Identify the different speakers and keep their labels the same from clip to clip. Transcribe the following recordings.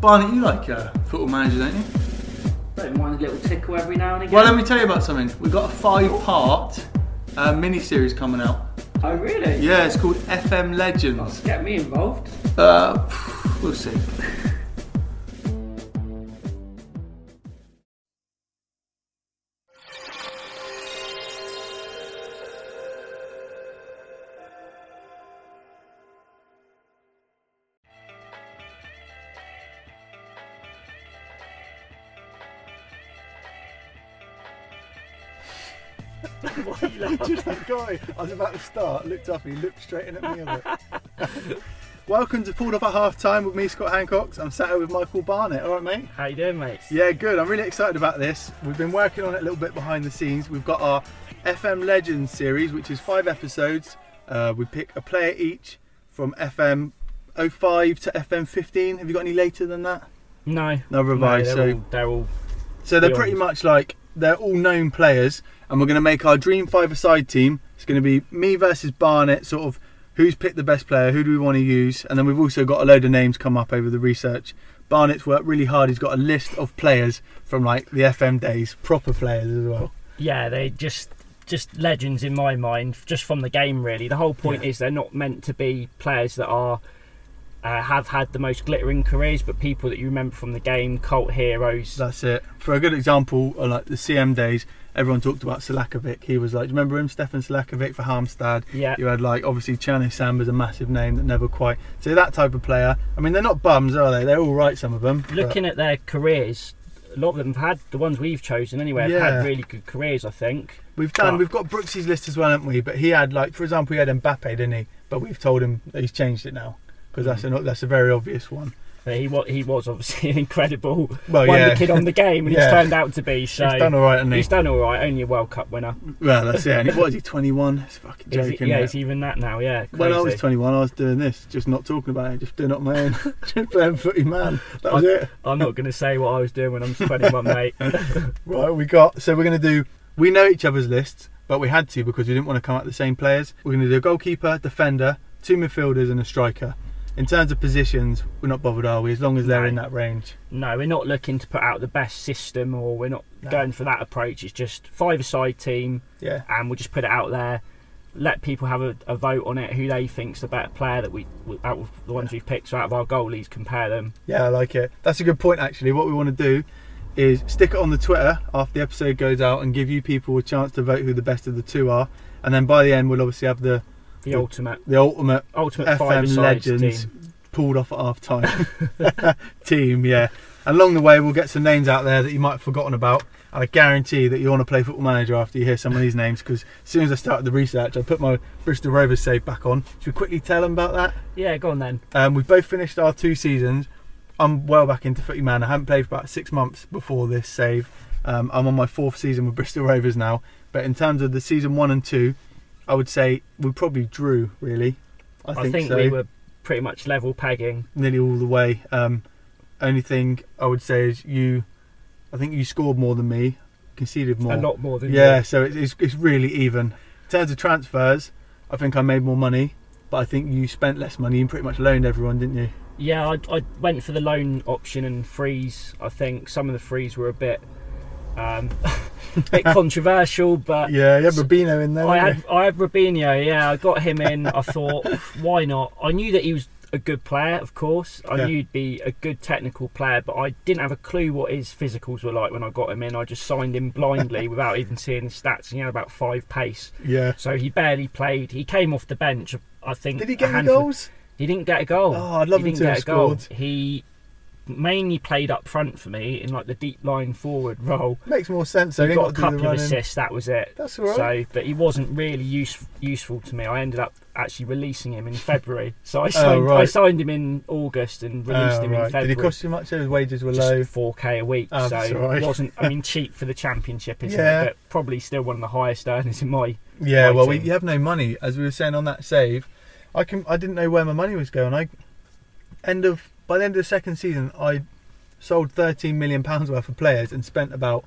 Speaker 1: Barnett, you like uh, football manager, don't you?
Speaker 2: Don't mind a little tickle every now and again.
Speaker 1: Well, let me tell you about something. We've got a five-part uh, mini-series coming out.
Speaker 2: oh, really?
Speaker 1: Yeah, it's called FM
Speaker 2: Let's
Speaker 1: Legends.
Speaker 2: get me involved.
Speaker 1: Uh, we'll see.
Speaker 3: Did that guy? I was about to start, looked up and he looked straight in at me. and went- Welcome to Pulled Off at Half Time with me, Scott Hancock. I'm sat here with Michael Barnett. All right, mate?
Speaker 4: How you doing, mate?
Speaker 3: Yeah, good. I'm really excited about this. We've been working on it a little bit behind the scenes. We've got our FM Legends series, which is five episodes. Uh, we pick a player each from FM 05 to FM 15. Have you got any later than that?
Speaker 4: No.
Speaker 3: No revised.
Speaker 4: No,
Speaker 3: so
Speaker 4: they're, all, they're all.
Speaker 3: so they're pretty much like they're all known players, and we're going to make our dream five-a-side team. It's going to be me versus Barnett, sort of who's picked the best player, who do we want to use, and then we've also got a load of names come up over the research. Barnett's worked really hard. He's got a list of players from like the FM days, proper players as well.
Speaker 4: Yeah, they just just legends in my mind, just from the game. Really, the whole point is they're not meant to be players that are uh, have had the most glittering careers, but people that you remember from the game, cult heroes.
Speaker 3: That's it. For a good example, uh, like the CM days, everyone talked about Selakovic. He was like, do you remember him, Stefan Selakovic for Harmstad?
Speaker 4: yeah.
Speaker 3: You had like obviously Chani Samba's a massive name that never quite. So that type of player. I mean, they're not bums, are they? They're all right, some of them. but-
Speaker 4: Looking at their careers, a lot of them have had the ones we've chosen anyway. Have
Speaker 3: Yeah.
Speaker 4: had really good careers, I think.
Speaker 3: We've done.
Speaker 4: But-
Speaker 3: We've got Brooksy's list as well, haven't we? But he had like, for example, he had Mbappe, didn't he? But we've told him that he's changed it now because
Speaker 4: Mm.
Speaker 3: that's an, that's a very obvious one.
Speaker 4: But he was he was obviously an incredible
Speaker 3: Well,
Speaker 4: wonder
Speaker 3: Oh, yeah.
Speaker 4: kid on the game, and
Speaker 3: Yeah.
Speaker 4: he's turned out to be. So
Speaker 3: He's done all right, hasn't he?
Speaker 4: he's done all right. Only a World Cup winner.
Speaker 3: well, that's it. And he, what is he? Twenty-one. It's a fucking
Speaker 4: Is
Speaker 3: joking.
Speaker 4: it- yeah, it's even that now. Yeah, crazy.
Speaker 3: when I was 21, I was doing this, just not talking about it, just doing it on my own, just playing footy man. That was it.
Speaker 4: I'm not going to say what I was doing when I'm 21, mate.
Speaker 3: Right, we got. So we're going to do. We know each other's lists, but we had to because we didn't want to come at the same players. We're going to do a goalkeeper, defender, two midfielders, and a striker. In terms of positions, we're not bothered, are we? As long as they're in that range.
Speaker 4: No, we're not looking to put out the best system or we're not
Speaker 3: No.
Speaker 4: going for that approach. It's just five-a-side team
Speaker 3: Yeah.
Speaker 4: and we'll just put it out there, let people have a, a vote on it, who they think's the better player that we, we- out of the ones we've picked, so out of our goalies, compare them.
Speaker 3: Yeah, I like it. That's a good point, actually. What we want to do is stick it on the Twitter after the episode goes out and give you people a chance to vote who the best of the two are. And then by the end, we'll obviously have the,
Speaker 4: The
Speaker 3: Yeah.
Speaker 4: ultimate
Speaker 3: the ultimate
Speaker 4: ultimate
Speaker 3: FM
Speaker 4: five-a-side
Speaker 3: legends
Speaker 4: team.
Speaker 3: pulled off at half time. team, yeah. Along the way, we'll get some names out there that you might have forgotten about. And I guarantee that you want to play Football Manager after you hear some of these names because as soon as I started the research, I put my Bristol Rovers save back on. Should we quickly tell them about that?
Speaker 4: Yeah, go on then.
Speaker 3: Um, we've both finished our two seasons. I'm well back into footy man. I haven't played for about six months before this save. Um, I'm on my fourth season with Bristol Rovers now. But in terms of the season one and two, I would say we probably drew really. I,
Speaker 4: I
Speaker 3: think,
Speaker 4: think,
Speaker 3: so
Speaker 4: we were pretty much level pegging.
Speaker 3: nearly all the way. Um, only thing I would say is you, I think you scored more than me, conceded more.
Speaker 4: A lot more than
Speaker 3: Yeah,
Speaker 4: you.
Speaker 3: so it- it's, it's really even. In terms of transfers, I think I made more money, but I think you spent less money. You pretty much loaned everyone, didn't you?
Speaker 4: Yeah, I, I went for the loan option and freeze. I think some of the frees were a bit, um, bit controversial, but
Speaker 3: Yeah, you had Rubino in there.
Speaker 4: Uh, I
Speaker 3: didn't
Speaker 4: had I had Rubinho. Yeah, I got him in. I thought, why not? I knew that he was a good player, of course. I
Speaker 3: Yeah.
Speaker 4: knew he'd be a good technical player, but I didn't have a clue what his physicals were like when I got him in. I just signed him blindly without even seeing his stats. He had about five pace,
Speaker 3: you? Yeah.
Speaker 4: so he barely played. He came off the bench. I think.
Speaker 3: Did he
Speaker 4: a
Speaker 3: get any
Speaker 4: handful-
Speaker 3: goals?
Speaker 4: he didn't get a goal.
Speaker 3: Oh, I'd love
Speaker 4: he
Speaker 3: him
Speaker 4: didn't
Speaker 3: to
Speaker 4: get
Speaker 3: have
Speaker 4: a goal.
Speaker 3: scored.
Speaker 4: He mainly played up front for me in like the deep line forward role.
Speaker 3: Makes more sense. So
Speaker 4: He
Speaker 3: you
Speaker 4: got
Speaker 3: got,
Speaker 4: a
Speaker 3: to do
Speaker 4: couple
Speaker 3: the
Speaker 4: of
Speaker 3: running.
Speaker 4: assists. That was it.
Speaker 3: That's all right.
Speaker 4: So, but he wasn't really use, useful to me. I ended up actually releasing him in February. So I signed, I
Speaker 3: Oh, right.
Speaker 4: signed him in August and released
Speaker 3: Oh,
Speaker 4: him in
Speaker 3: right. Did
Speaker 4: February.
Speaker 3: it cost you much? His wages were low.
Speaker 4: just four k a week,
Speaker 3: Oh,
Speaker 4: so
Speaker 3: that's all right.
Speaker 4: it wasn't. I mean, cheap for the championship, isn't
Speaker 3: Yeah.
Speaker 4: it? But probably still one of the highest earners in my.
Speaker 3: Yeah,
Speaker 4: my
Speaker 3: well, we,
Speaker 4: team.
Speaker 3: you have no money, as we were saying on that save. I can. I didn't know where my money was going. I end of by the end of the second season, I sold thirteen million pounds worth of players and spent about.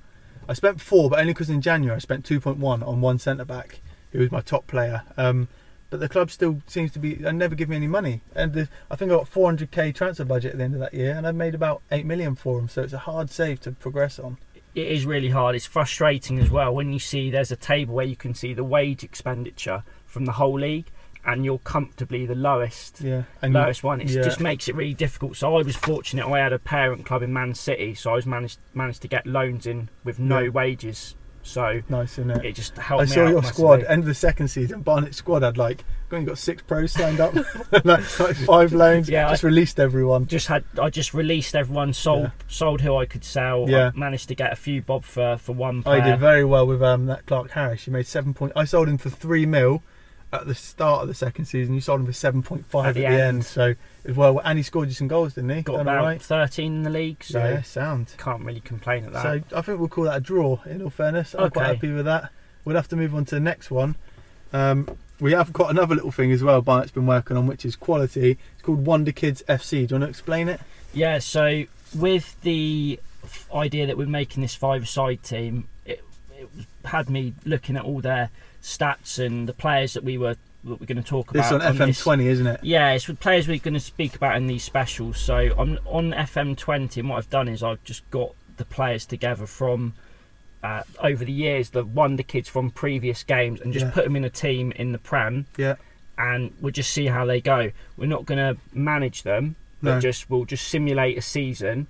Speaker 3: I spent four, but only because in January I spent two point one on one centre back, who was my top player. Um, but the club still seems to be. They never give me any money, and the, I think I got 400k transfer budget at the end of that year, and I made about eight million for him. So it's a hard save to progress on.
Speaker 4: it is really hard. It's frustrating as well when you see there's a table where you can see the wage expenditure from the whole league, and you're comfortably the lowest.
Speaker 3: Yeah, and
Speaker 4: lowest one. It
Speaker 3: yeah.
Speaker 4: just makes it really difficult. So I was fortunate. I had a parent club in Man City, so I was managed managed to get loans in with no
Speaker 3: Yeah.
Speaker 4: wages. So
Speaker 3: nice, isn't it?
Speaker 4: it just helped
Speaker 3: I
Speaker 4: me
Speaker 3: saw
Speaker 4: out
Speaker 3: your
Speaker 4: massively.
Speaker 3: squad end of the second season. Barnett's squad had like only got six pros signed up, like, like five loans.
Speaker 4: Yeah,
Speaker 3: just released everyone.
Speaker 4: Just had I just released everyone, sold sold who I could sell.
Speaker 3: Yeah.
Speaker 4: I managed to get a few bob for for one
Speaker 3: I
Speaker 4: player.
Speaker 3: did very well with um, that Clark Harris. He made seven point. I sold him for three mil at the start of the second season. You sold him for seven point five at the end. So as well, and he scored you some goals, didn't he?
Speaker 4: Got
Speaker 3: Done
Speaker 4: about
Speaker 3: alright.
Speaker 4: 13 in the league, so
Speaker 3: yeah, sound.
Speaker 4: can't really complain at that.
Speaker 3: So I think we'll call that a draw. In all fairness, I'm quite
Speaker 4: Okay.
Speaker 3: happy with that. We'll have to move on to the next one. Um, we have got another little thing as well. Barnett's been working on, which is quality. It's called Wonder Kids FC. Do you want to explain it?
Speaker 4: Yeah, so with the f- idea that we're making this five-side team, it, it was- had me looking at all their stats and the players that we were that we're going to talk
Speaker 3: This on
Speaker 4: about. on this.
Speaker 3: FM20, isn't it?
Speaker 4: Yeah, it's with players we're going to speak about in these specials. So I'm on FM20, and what I've done is I've just got the players together from uh, over the years, the wonder kids from previous games, and just
Speaker 3: Yeah.
Speaker 4: put them in a team in the Prem,
Speaker 3: Yeah.
Speaker 4: and we'll just see how they go. We're not going to manage them, but
Speaker 3: No.
Speaker 4: just we'll just simulate a season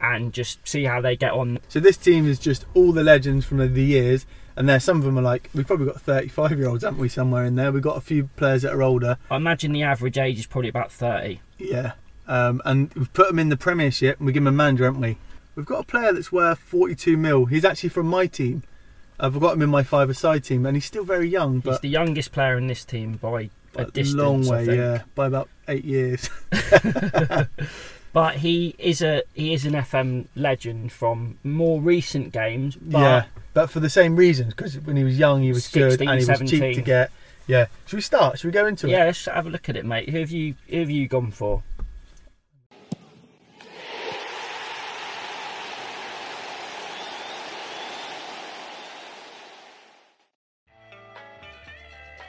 Speaker 4: and just see how they get on.
Speaker 3: So this team is just all the legends from the- the years, and there some of them are like we've probably got 35 year olds, haven't we? Somewhere in there, we've got a few players that are older.
Speaker 4: I imagine the average age is probably about 30.
Speaker 3: Yeah, um, and we've put them in the Premiership, and we give them a manager, haven't we? We've got a player that's worth 42 mil. He's actually from my team. I've got him in my five-a-side team, and he's still very young,
Speaker 4: He's
Speaker 3: but
Speaker 4: the youngest player in this team by a
Speaker 3: a
Speaker 4: distance.
Speaker 3: long
Speaker 4: I
Speaker 3: way,
Speaker 4: think.
Speaker 3: yeah, by about eight years.
Speaker 4: but he is a he is an FM legend from more recent games. But
Speaker 3: yeah, but for the same reasons, because when he was young, he was good
Speaker 4: 16,
Speaker 3: and he was cheap to
Speaker 4: 17.
Speaker 3: get. Yeah, should we start? Should we go into it?
Speaker 4: yeah, let's have a look at it, mate. Who have you who have you gone for?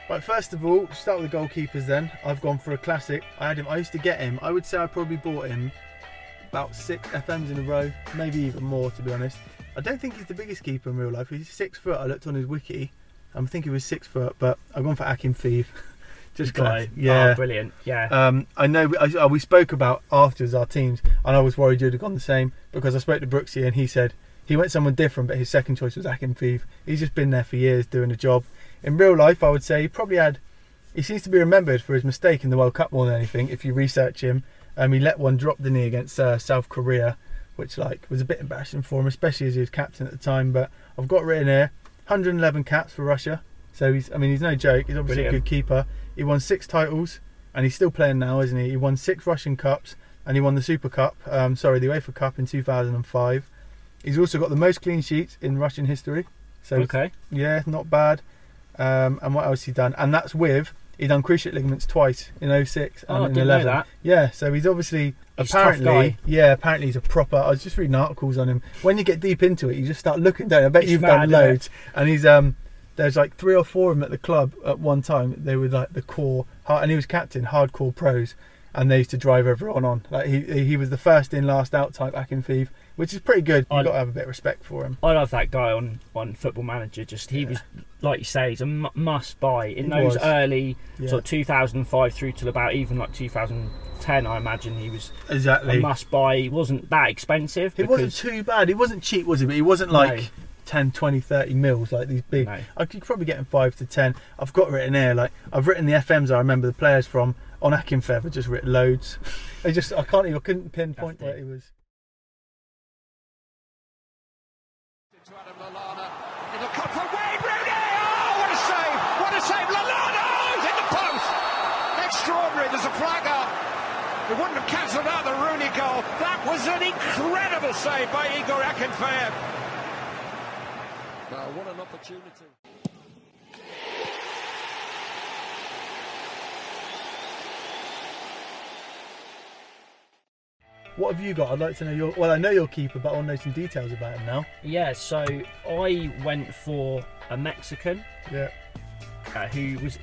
Speaker 3: Right, first of all, start with the goalkeepers then. I've gone for a classic. I had him, I used to get him. I would say I probably bought him about six FMs in a row, maybe even more to be honest. I don't think he's the biggest keeper in real life. He's six foot. I looked on his wiki. I think he was six foot, but I've gone for Akim Thief. Just class.
Speaker 4: Guy. Oh,
Speaker 3: Yeah.
Speaker 4: brilliant. Yeah.
Speaker 3: Um, I know we, I, we spoke about afterwards our teams, and I was worried you'd have gone the same because I spoke to Brooksy and he said he went someone different, but his second choice was Akin Thief. He's just been there for years doing a job. In real life, I would say he probably had. He seems to be remembered for his mistake in the World Cup more than anything. If you research him, um, he let one drop the knee against uh, South Korea, which like was a bit embarrassing for him, especially as he was captain at the time. But I've got written here 111 caps for Russia, so he's. I mean, he's no joke. He's obviously a
Speaker 4: Brilliant.
Speaker 3: good keeper. He won six titles and he's still playing now, isn't he? He won six Russian Cups and he won the Super Cup, um, sorry, the UEFA Cup in 2005. He's also got the most clean sheets in Russian history. So,
Speaker 4: okay.
Speaker 3: yeah, not bad. Um, and what else he done? And that's with, he done cruciate ligaments twice in 06 and
Speaker 4: Oh, I
Speaker 3: in
Speaker 4: didn't
Speaker 3: 11.
Speaker 4: know that.
Speaker 3: Yeah, so he's obviously
Speaker 4: He's a tough
Speaker 3: apparently
Speaker 4: guy.
Speaker 3: yeah, apparently he's a proper. I was just reading articles on him. When you get deep into it, you just start looking down. I bet
Speaker 4: It's
Speaker 3: you've
Speaker 4: mad,
Speaker 3: done
Speaker 4: isn't it?
Speaker 3: loads. And he's um, there's like three or four of them at the club at one time. They were like the core, hard, and he was captain, hardcore pros, and they used to drive everyone on. Like he he was the first in, last out type back in thief, which is pretty good. You
Speaker 4: I-
Speaker 3: have got to have a bit of respect for him.
Speaker 4: I love that guy on, on Football Manager. Just he was, like you say, he's a mu- must buy in
Speaker 3: He
Speaker 4: those
Speaker 3: was.
Speaker 4: early
Speaker 3: Yeah.
Speaker 4: sort of 2005 through till about even like 2010. I imagine he was a
Speaker 3: Exactly.
Speaker 4: must buy. He wasn't that expensive.
Speaker 3: He wasn't too bad. He wasn't cheap, was he? But he wasn't
Speaker 4: No.
Speaker 3: like 10, 20, 30 mils, like these big.
Speaker 4: No.
Speaker 3: I could probably get him 5 to 10. I've got written here, like, I've written the FMs I remember the players from. On Akinfev, I just written loads. I just, I can't, I couldn't pinpoint
Speaker 4: That's
Speaker 3: where
Speaker 4: it.
Speaker 3: he was.
Speaker 5: To Adam Lallana. It'll come from Wayne Rooney. Oh, what a save! What a save! Lallana! Oh, he's hit the post. Extraordinary. There's a flag up. It wouldn't have cancelled out the Rooney goal. That was an incredible save by Igor Akinfeev. Now, what an opportunity.
Speaker 3: What have you got? I'd like to know your, well, I know your keeper, but I want to know some details about him now.
Speaker 4: Yeah. So I went for a Mexican.
Speaker 3: Yeah.
Speaker 4: uh, who was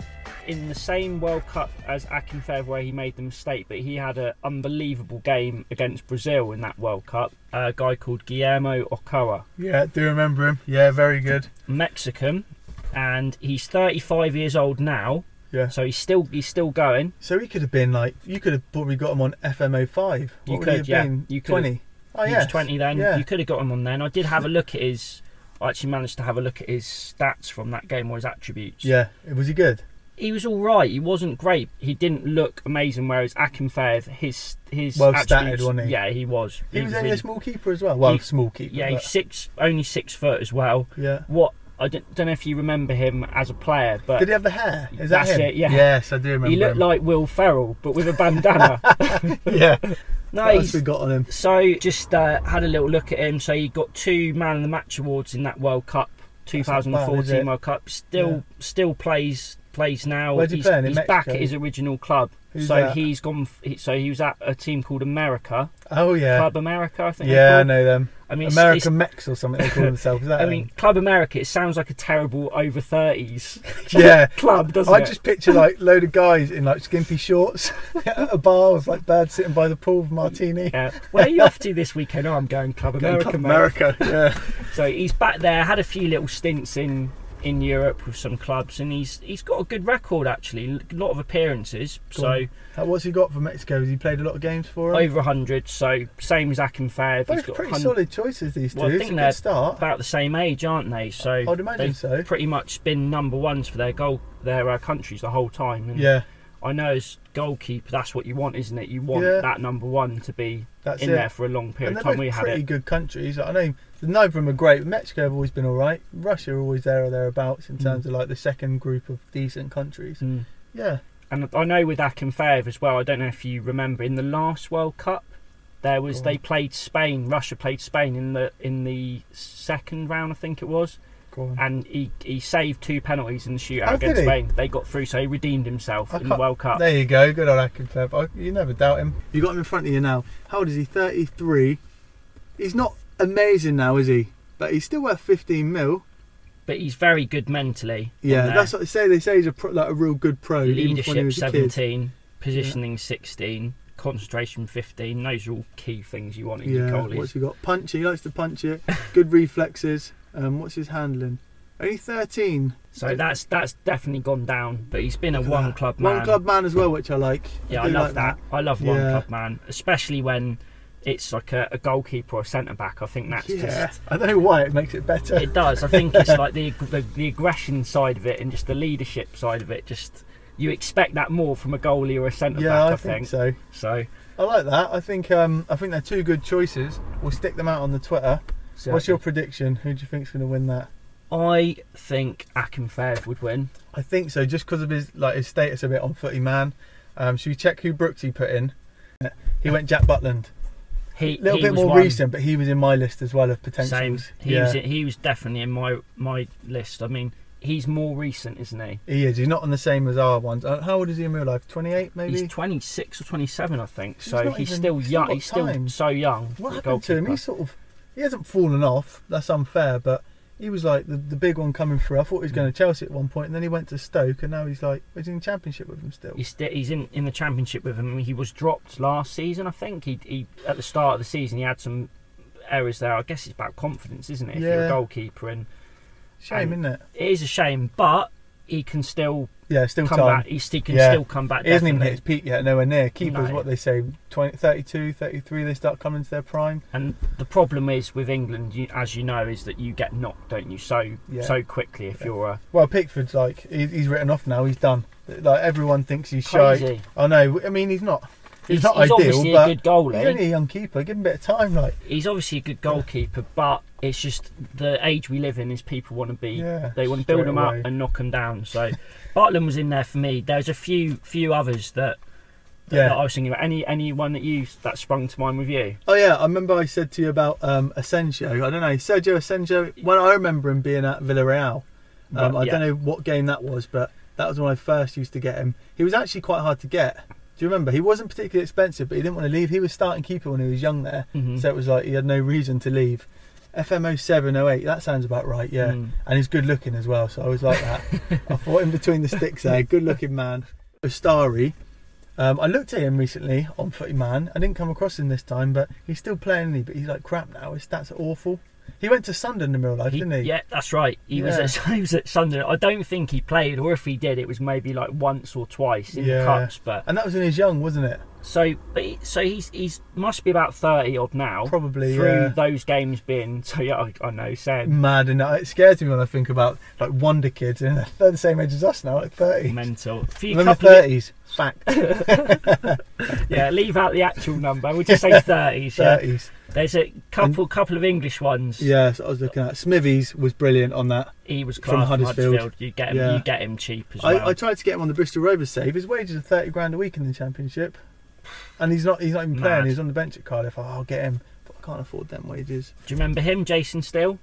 Speaker 4: in the same World Cup as Akinfeev where he made the mistake, but he had an unbelievable game against Brazil in that World Cup. A guy called Guillermo Ochoa,
Speaker 3: Yeah, do remember him. Yeah, very good.
Speaker 4: Mexican, and he's 35 years old now,
Speaker 3: Yeah.
Speaker 4: so he's still he's still going.
Speaker 3: So he could have been like, you could have probably got him on FMO five.
Speaker 4: You
Speaker 3: would
Speaker 4: could,
Speaker 3: he have
Speaker 4: yeah.
Speaker 3: Been?
Speaker 4: You could have-
Speaker 3: twenty. Oh
Speaker 4: he
Speaker 3: yeah.
Speaker 4: was 20 then.
Speaker 3: Yeah.
Speaker 4: You could have got him on then. I did have a look at his. I actually managed to have a look at his stats from that game or his attributes.
Speaker 3: yeah. Was he good?
Speaker 4: he was all right. He wasn't great. He didn't look amazing. Whereas Akinfeev, his his
Speaker 3: Well
Speaker 4: attributes-
Speaker 3: statted, wasn't he?
Speaker 4: Yeah, he was.
Speaker 3: He, was,
Speaker 4: in-
Speaker 3: only a small keeper as well. Well,
Speaker 4: He-
Speaker 3: small keeper.
Speaker 4: Yeah, he's
Speaker 3: but-
Speaker 4: six, only six foot as well.
Speaker 3: yeah.
Speaker 4: What I don't, don't know if you remember him as a player, but
Speaker 3: Did he have the hair? Is that
Speaker 4: That's
Speaker 3: him?
Speaker 4: it, yeah.
Speaker 3: Yes, I do remember.
Speaker 4: he looked
Speaker 3: him.
Speaker 4: like Will Ferrell, but with a bandana.
Speaker 3: yeah. What
Speaker 4: no,
Speaker 3: else
Speaker 4: he's,
Speaker 3: we got on him?
Speaker 4: so just uh, had a little look at him. So he got two Man of the Match awards in that World Cup,
Speaker 3: not bad, is
Speaker 4: 2014
Speaker 3: it?
Speaker 4: World Cup. Still,
Speaker 3: Yeah.
Speaker 4: still plays plays now.
Speaker 3: Where's he
Speaker 4: he's
Speaker 3: playing? In
Speaker 4: he's
Speaker 3: Mexico?
Speaker 4: back at his original club.
Speaker 3: Who's
Speaker 4: so
Speaker 3: that?
Speaker 4: he's gone. f- he- So he was at a team called America,
Speaker 3: Oh yeah.
Speaker 4: Club America, I think. they're
Speaker 3: Yeah, I
Speaker 4: called.
Speaker 3: know them.
Speaker 4: I mean, it's- it's-
Speaker 3: American Mex or something they call themselves. Is that
Speaker 4: I
Speaker 3: him?
Speaker 4: mean, Club America. It sounds like a terrible over 30s
Speaker 3: yeah.
Speaker 4: club, doesn't
Speaker 3: I
Speaker 4: it?
Speaker 3: just picture like load of guys in like skimpy shorts at a bar with like birds sitting by the pool with martini.
Speaker 4: Yeah. Where are you off to this weekend? Oh, I'm going Club America. mate.
Speaker 3: America. Yeah.
Speaker 4: So he's back there, had a few little stints in in Europe with some clubs, and he's he's got a good record actually, a lot of appearances,
Speaker 3: Go
Speaker 4: so
Speaker 3: on. Uh, What's he got for Mexico? Has he played a lot of games for him?
Speaker 4: over hundred. So same as Akinfeev, he's
Speaker 3: Both
Speaker 4: got
Speaker 3: pretty
Speaker 4: 100
Speaker 3: solid choices these two.
Speaker 4: Well, I
Speaker 3: it's
Speaker 4: think
Speaker 3: a
Speaker 4: they're
Speaker 3: good start.
Speaker 4: about the same age, aren't they? So
Speaker 3: I'd imagine
Speaker 4: they've
Speaker 3: so.
Speaker 4: Pretty much been number ones for their goal, their uh, countries the whole time. And
Speaker 3: Yeah,
Speaker 4: I know as goalkeeper, that's what you want, isn't it? You want
Speaker 3: Yeah.
Speaker 4: that number one to be
Speaker 3: that's
Speaker 4: in
Speaker 3: it.
Speaker 4: there for a long
Speaker 3: and
Speaker 4: period
Speaker 3: they're
Speaker 4: of time.
Speaker 3: both
Speaker 4: We had
Speaker 3: pretty
Speaker 4: it.
Speaker 3: good countries. I know neither of them are great. Mexico have always been all right. Russia are always there or thereabouts
Speaker 4: Hmm.
Speaker 3: in terms of like the second group of decent countries.
Speaker 4: Mm.
Speaker 3: Yeah,
Speaker 4: And I know with Akinfeev as well. I don't know if you remember in the last World Cup, there was
Speaker 3: Go on.
Speaker 4: they played Spain. Russia played Spain in the in the second round, I think it was,
Speaker 3: go on.
Speaker 4: and he, he saved two penalties in the shootout
Speaker 3: Oh, did
Speaker 4: against
Speaker 3: he?
Speaker 4: Spain. They got through, so he redeemed himself
Speaker 3: I
Speaker 4: in the
Speaker 3: can't-
Speaker 4: World Cup.
Speaker 3: There you go. Good old Akinfeev. I- You never doubt him. You got him in front of you now. How old is he? Thirty-three. He's not amazing now, is he? But he's still worth fifteen mil.
Speaker 4: But he's very good mentally. on
Speaker 3: Yeah,
Speaker 4: there.
Speaker 3: that's what they say. They say he's a pro, like a real good pro. even from when he
Speaker 4: leadership
Speaker 3: was a kid.
Speaker 4: seventeen, positioning sixteen, concentration fifteen. Those are all key things you want in your
Speaker 3: Yeah, what's
Speaker 4: goalies.
Speaker 3: he got? Punch. He likes to punch it. Good reflexes. Um, what's his handling? Only 13.
Speaker 4: So that's that's definitely gone down. But he's been a
Speaker 3: Look at
Speaker 4: one
Speaker 3: that.
Speaker 4: club man.
Speaker 3: One club man as well, which I like.
Speaker 4: Yeah, I,
Speaker 3: do
Speaker 4: love
Speaker 3: like
Speaker 4: that. I love one
Speaker 3: Yeah.
Speaker 4: club man, especially when it's like a, a goalkeeper or a centre back. I think that's
Speaker 3: Yeah,
Speaker 4: just
Speaker 3: I don't know why it makes it better.
Speaker 4: it does. I think it's like the, the the aggression side of it and just the leadership side of it. Just you expect that more from a goalie or a centre
Speaker 3: yeah,
Speaker 4: back.
Speaker 3: I,
Speaker 4: I,
Speaker 3: think, so.
Speaker 4: so.
Speaker 3: I like that. I think um, I think they're two good choices. We'll stick them out on the Twitter.
Speaker 4: so
Speaker 3: What's your prediction? Who do you think's going to win that?
Speaker 4: I think Akinfeev would win.
Speaker 3: I think so, just because of his like his status a bit on footy man. Um, should we check who Brooks he put in? He went Jack Butland.
Speaker 4: He
Speaker 3: A little
Speaker 4: he
Speaker 3: bit
Speaker 4: was
Speaker 3: more
Speaker 4: one.
Speaker 3: recent, but he was in my list as well of potentials.
Speaker 4: Same. He
Speaker 3: yeah.
Speaker 4: was he was definitely in my my list. I mean, he's more recent, isn't he?
Speaker 3: He is. He's not on the same as our ones. Uh, How old is he in real life? 28, maybe.
Speaker 4: He's 26 or 27, I think.
Speaker 3: He's
Speaker 4: So
Speaker 3: not
Speaker 4: he's
Speaker 3: even-
Speaker 4: still
Speaker 3: he's
Speaker 4: young.
Speaker 3: not
Speaker 4: He's still
Speaker 3: time.
Speaker 4: so young. for
Speaker 3: what
Speaker 4: a
Speaker 3: happened to him?
Speaker 4: goalkeeper.
Speaker 3: He's sort of. He hasn't fallen off. That's unfair, but he was like the, the big one coming through. I thought he was
Speaker 4: Mm.
Speaker 3: going to Chelsea at one point, and then he went to Stoke, and now he's like he's in Championship with them still.
Speaker 4: He's, sti- he's in, in the championship with him. He was dropped last season, I think. He, he at the start of the season he had some errors there. I guess it's about confidence, isn't it? If you're
Speaker 3: Yeah.
Speaker 4: a goalkeeper, and
Speaker 3: Shame, isn't it?
Speaker 4: it is a shame, but he can still
Speaker 3: Yeah, still
Speaker 4: come
Speaker 3: time.
Speaker 4: back. He, st- he can
Speaker 3: Yeah.
Speaker 4: still come back.
Speaker 3: He hasn't even hit
Speaker 4: definitely.
Speaker 3: his peak yet, nowhere near. Keepers,
Speaker 4: No.
Speaker 3: what they say, 20, 32, 33, they start coming to their prime.
Speaker 4: And the problem is with England, you, as you know, is that you get knocked, don't you? So
Speaker 3: Yeah.
Speaker 4: so quickly if you're a
Speaker 3: Well, Pickford's like, he, he's written off now, he's done. Like, everyone thinks he's shy.
Speaker 4: Crazy.
Speaker 3: I know, I mean, he's not. He's,
Speaker 4: He's-
Speaker 3: not
Speaker 4: he's
Speaker 3: ideal,
Speaker 4: obviously a
Speaker 3: but
Speaker 4: good goalie.
Speaker 3: He's only a young keeper. Give him a bit of time, like.
Speaker 4: he's obviously a good goalkeeper, but it's just the age we live in is people want to be
Speaker 3: Yeah,
Speaker 4: they want to build
Speaker 3: straight
Speaker 4: them
Speaker 3: away.
Speaker 4: up and knock them down. So Bartland was in there for me. There's a few few others that that,
Speaker 3: Yeah.
Speaker 4: that I was thinking about. Any anyone that you that sprung to mind with you?
Speaker 3: Oh yeah, I remember I said to you about um, Asensio. I don't know Sergio Asensio. When I remember him being at Villarreal, um,
Speaker 4: Right,
Speaker 3: I
Speaker 4: yeah.
Speaker 3: don't know what game that was, but that was when I first used to get him. He was actually quite hard to get. Do you remember? He wasn't particularly expensive, but he didn't want to leave. He was starting keeper when he was young there,
Speaker 4: Mhm.
Speaker 3: so it was like he had no reason to leave. FM0708, that sounds about right, yeah.
Speaker 4: Mm.
Speaker 3: And he's good looking as well, so I was like that. I thought in between the sticks there, good looking man. Astari, um, I looked at him recently on Footy Man. I didn't come across him this time, but he's still playing, me, but he's like crap now. His stats are awful. He went to Sunderland in real life,
Speaker 4: He-
Speaker 3: didn't he?
Speaker 4: Yeah, that's right. He was
Speaker 3: Yeah.
Speaker 4: at he was at Sunderland. I don't think he played, or if he did, it was maybe like once or twice in
Speaker 3: Yeah.
Speaker 4: the cups. But
Speaker 3: And that was when he was young, wasn't it?
Speaker 4: so, but he, so he's he's must be about thirty odd now.
Speaker 3: Probably,
Speaker 4: through
Speaker 3: yeah.
Speaker 4: those games being so. Yeah, I, I know. Sad,
Speaker 3: Mad, and it scares me when I think about like Wonder Kids, and they're the same age as us now, like 30.
Speaker 4: mental. Few
Speaker 3: Mm. Remember
Speaker 4: couple of-
Speaker 3: 30s? Fact.
Speaker 4: yeah, leave out the actual number. We'll just say thirties. Yeah.
Speaker 3: 30s.
Speaker 4: There's a couple couple of English ones.
Speaker 3: Yeah, so I was looking at Smithies was brilliant on that.
Speaker 4: he was
Speaker 3: From
Speaker 4: class from
Speaker 3: Huddersfield.
Speaker 4: Huddersfield. You get him,
Speaker 3: Yeah.
Speaker 4: you get him cheap as well.
Speaker 3: I, I tried to get him on the Bristol Rovers save. His wages are thirty grand a week in the championship, and he's not he's not even playing.
Speaker 4: Mad.
Speaker 3: He's on the bench at Cardiff. Oh, I'll get him, but I can't afford them wages.
Speaker 4: Do you remember him, Jason Steele?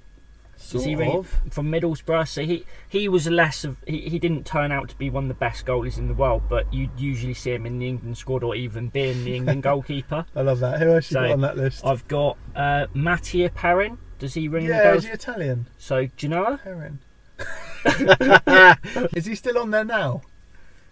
Speaker 3: Sort
Speaker 4: he really-
Speaker 3: of.
Speaker 4: from Middlesbrough. So he he was less of he, he didn't turn out to be one of the best goalies in the world, but you'd usually see him in the England squad or even being the England goalkeeper.
Speaker 3: I love that. Who else you got
Speaker 4: So,
Speaker 3: on that list?
Speaker 4: I've got uh, Mattia Perrin. Does he ring
Speaker 3: yeah,
Speaker 4: the
Speaker 3: is
Speaker 4: bells?
Speaker 3: he Italian?
Speaker 4: So Genoa,
Speaker 3: Heron. is he still on there now?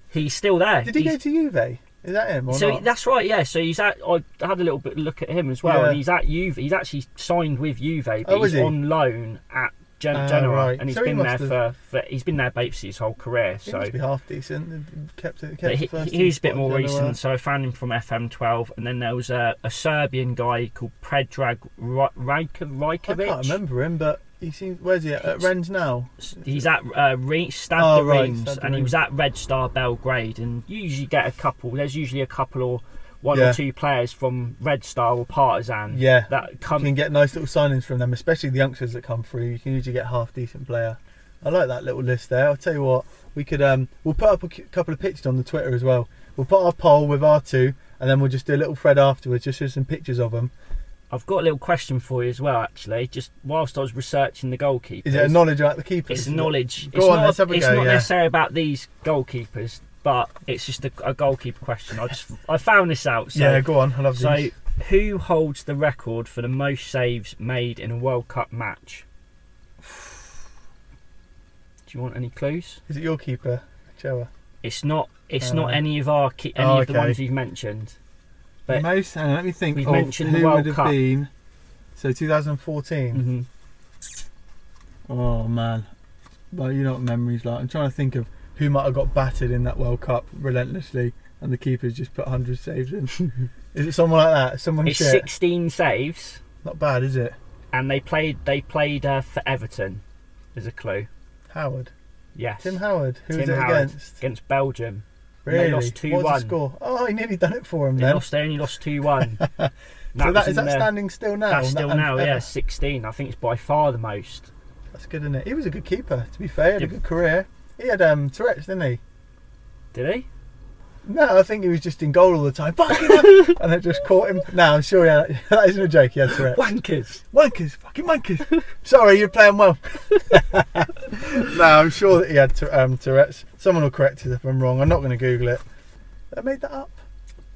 Speaker 4: he's still there.
Speaker 3: Did he
Speaker 4: He's-
Speaker 3: go to Juve? Is that him or
Speaker 4: so
Speaker 3: not?
Speaker 4: that's right, yeah. So he's at. I had a little bit look at him as well,
Speaker 3: Yeah.
Speaker 4: and he's at Juve. He's actually signed with Juve, but
Speaker 3: Oh, is
Speaker 4: he's
Speaker 3: he?
Speaker 4: on loan at Gen-
Speaker 3: Ah,
Speaker 4: Genoa,
Speaker 3: right.
Speaker 4: and he's
Speaker 3: So he
Speaker 4: been there
Speaker 3: must
Speaker 4: for, for he's been there basically his whole career.
Speaker 3: he
Speaker 4: so
Speaker 3: must be half decent. Kept it. Kept
Speaker 4: But he,
Speaker 3: the first
Speaker 4: he
Speaker 3: team
Speaker 4: was a bit
Speaker 3: spot
Speaker 4: more
Speaker 3: in Genoa.
Speaker 4: recent, so I found him from FM12, and then there was a, a Serbian guy called Predrag Ra- Rajko-
Speaker 3: I
Speaker 4: Rajkovic.
Speaker 3: can't remember him, but he seems. Where's he at? At Rennes now.
Speaker 4: He's at uh, Re- Stade
Speaker 3: Oh,
Speaker 4: de
Speaker 3: right,
Speaker 4: Reims,
Speaker 3: Stade de
Speaker 4: and he was at Red Star Belgrade, and you usually get a couple. There's usually a couple or one
Speaker 3: Yeah.
Speaker 4: or two players from Red Star or Partizan.
Speaker 3: Yeah.
Speaker 4: that
Speaker 3: You can
Speaker 4: come.
Speaker 3: get nice little signings from them, especially the youngsters that come through. You can usually get half decent player. I like that little list there. I'll tell you what, we could um, we'll put up a c- couple of pictures on the Twitter as well. We'll put our poll with our two, and then we'll just do a little thread afterwards, just with some pictures of them.
Speaker 4: I've got a little question for you as well, actually. Just whilst I was researching the goalkeepers,
Speaker 3: Is it a knowledge about the keepers?
Speaker 4: It's
Speaker 3: Is it-
Speaker 4: knowledge.
Speaker 3: Go
Speaker 4: it's
Speaker 3: on,
Speaker 4: not,
Speaker 3: let's have a
Speaker 4: it's
Speaker 3: go,
Speaker 4: not
Speaker 3: yeah.
Speaker 4: necessarily about these goalkeepers, but it's just a, a goalkeeper question. I just I found this out. So,
Speaker 3: yeah, go on. I love
Speaker 4: so
Speaker 3: these.
Speaker 4: who holds the record for the most saves made in a World Cup match? Do you want any clues?
Speaker 3: Is it your keeper, Choa?
Speaker 4: It's not. It's
Speaker 3: Uh,
Speaker 4: not any of our ki- any
Speaker 3: oh,
Speaker 4: of the
Speaker 3: okay.
Speaker 4: ones we've mentioned. But-
Speaker 3: Most. Hang on, let me think.
Speaker 4: We've
Speaker 3: of
Speaker 4: mentioned the
Speaker 3: who
Speaker 4: World
Speaker 3: would have
Speaker 4: Cup.
Speaker 3: been. So 2014.
Speaker 4: Mhm.
Speaker 3: Oh man, well you know what memories like. I'm trying to think of who might have got battered in that World Cup relentlessly, and the keepers just put 100 saves in. is it someone like that? Someone
Speaker 4: It's
Speaker 3: shit.
Speaker 4: sixteen saves,
Speaker 3: Not bad, is it?
Speaker 4: and they played. They played uh, for Everton. Is a clue.
Speaker 3: Howard,
Speaker 4: Yes.
Speaker 3: Tim Howard. Who was
Speaker 4: Tim
Speaker 3: it
Speaker 4: Howard.
Speaker 3: against?
Speaker 4: Against Belgium.
Speaker 3: Really?
Speaker 4: They lost
Speaker 3: what was
Speaker 4: 2-1.
Speaker 3: the score? Oh, he nearly done it for him
Speaker 4: They
Speaker 3: then.
Speaker 4: lost. They only lost two one.
Speaker 3: so that is that standing still now?
Speaker 4: That's
Speaker 3: And
Speaker 4: still
Speaker 3: that-
Speaker 4: now,
Speaker 3: and-
Speaker 4: yeah, sixteen. I think it's by far the most.
Speaker 3: That's good, isn't it? He was a good keeper. To be fair, he had a
Speaker 4: Yeah.
Speaker 3: good career. He had um, Tourette's, didn't he?
Speaker 4: Did he?
Speaker 3: No, I think he was just in goal all the time. Fucking hell! and it just caught him. No, I'm sure he had, that isn't a joke. He had Tourette's.
Speaker 4: Wankers.
Speaker 3: Wankers, fucking wankers. Sorry, you're playing well. no, I'm sure that he had Tou- um, Tourette's. Someone will correct us if I'm wrong. I'm not going to Google it. I made that up.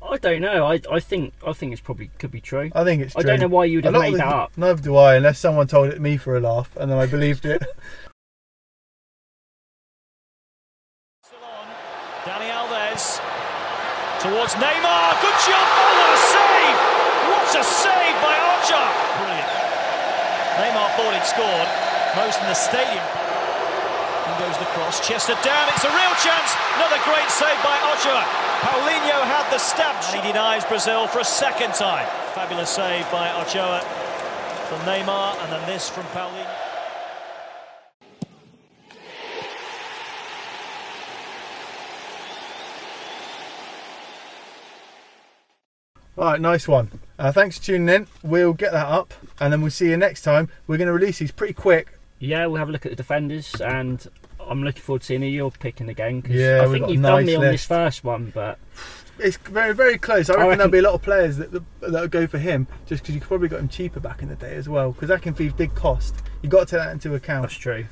Speaker 4: I don't know. I, I think I think it's probably could be true.
Speaker 3: I think it's.
Speaker 4: I don't
Speaker 3: true.
Speaker 4: know why you would
Speaker 3: A
Speaker 4: have
Speaker 3: lot of
Speaker 4: made
Speaker 3: the-
Speaker 4: that up.
Speaker 3: Neither do I, unless someone told it me for a laugh and then I believed it.
Speaker 6: Dani Alves towards Neymar. Good shot. Oh, what a save! What a save by Archer. Brilliant. Neymar thought he'd scored. Most in the stadium. In goes the cross. Chester down. It's a real chance. Another great save by Archer. Paulinho had the stab. And he denies Brazil for a second time. Fabulous save by Ochoa from Neymar, and then this from Paulinho.
Speaker 3: All right, nice one. Uh, thanks for tuning in. We'll get that up and then we'll see you next time. We're going to release these pretty quick.
Speaker 4: Yeah, we'll have a look at the defenders, and I'm looking forward to seeing who you're picking again. Cause
Speaker 3: Yeah,
Speaker 4: I
Speaker 3: we've
Speaker 4: think
Speaker 3: got a
Speaker 4: you've done
Speaker 3: nice
Speaker 4: me on
Speaker 3: list.
Speaker 4: this first one, but
Speaker 3: It's very, very close. I reckon,
Speaker 4: reckon-
Speaker 3: there'll be a lot of players that that go for him just because you probably got him cheaper back in the day as well. Because Akinfeev did cost. You got to take that into account.
Speaker 4: that's true.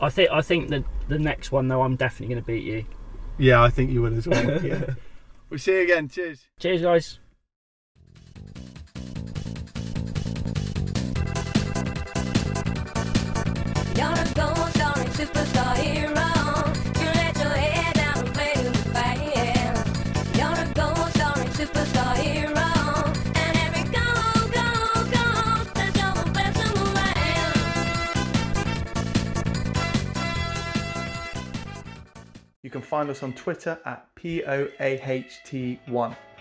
Speaker 4: I think I think that the next one though, I'm definitely going to beat you.
Speaker 3: Yeah, I think you would as well. yeah. We'll see you again. Cheers.
Speaker 4: Cheers, guys.
Speaker 7: superhero. You let your hair down and play with fire. You're a gold starring superhero. And every goal, goal, goal, that's all the best in the land.
Speaker 1: You can find us on Twitter at POAHT1.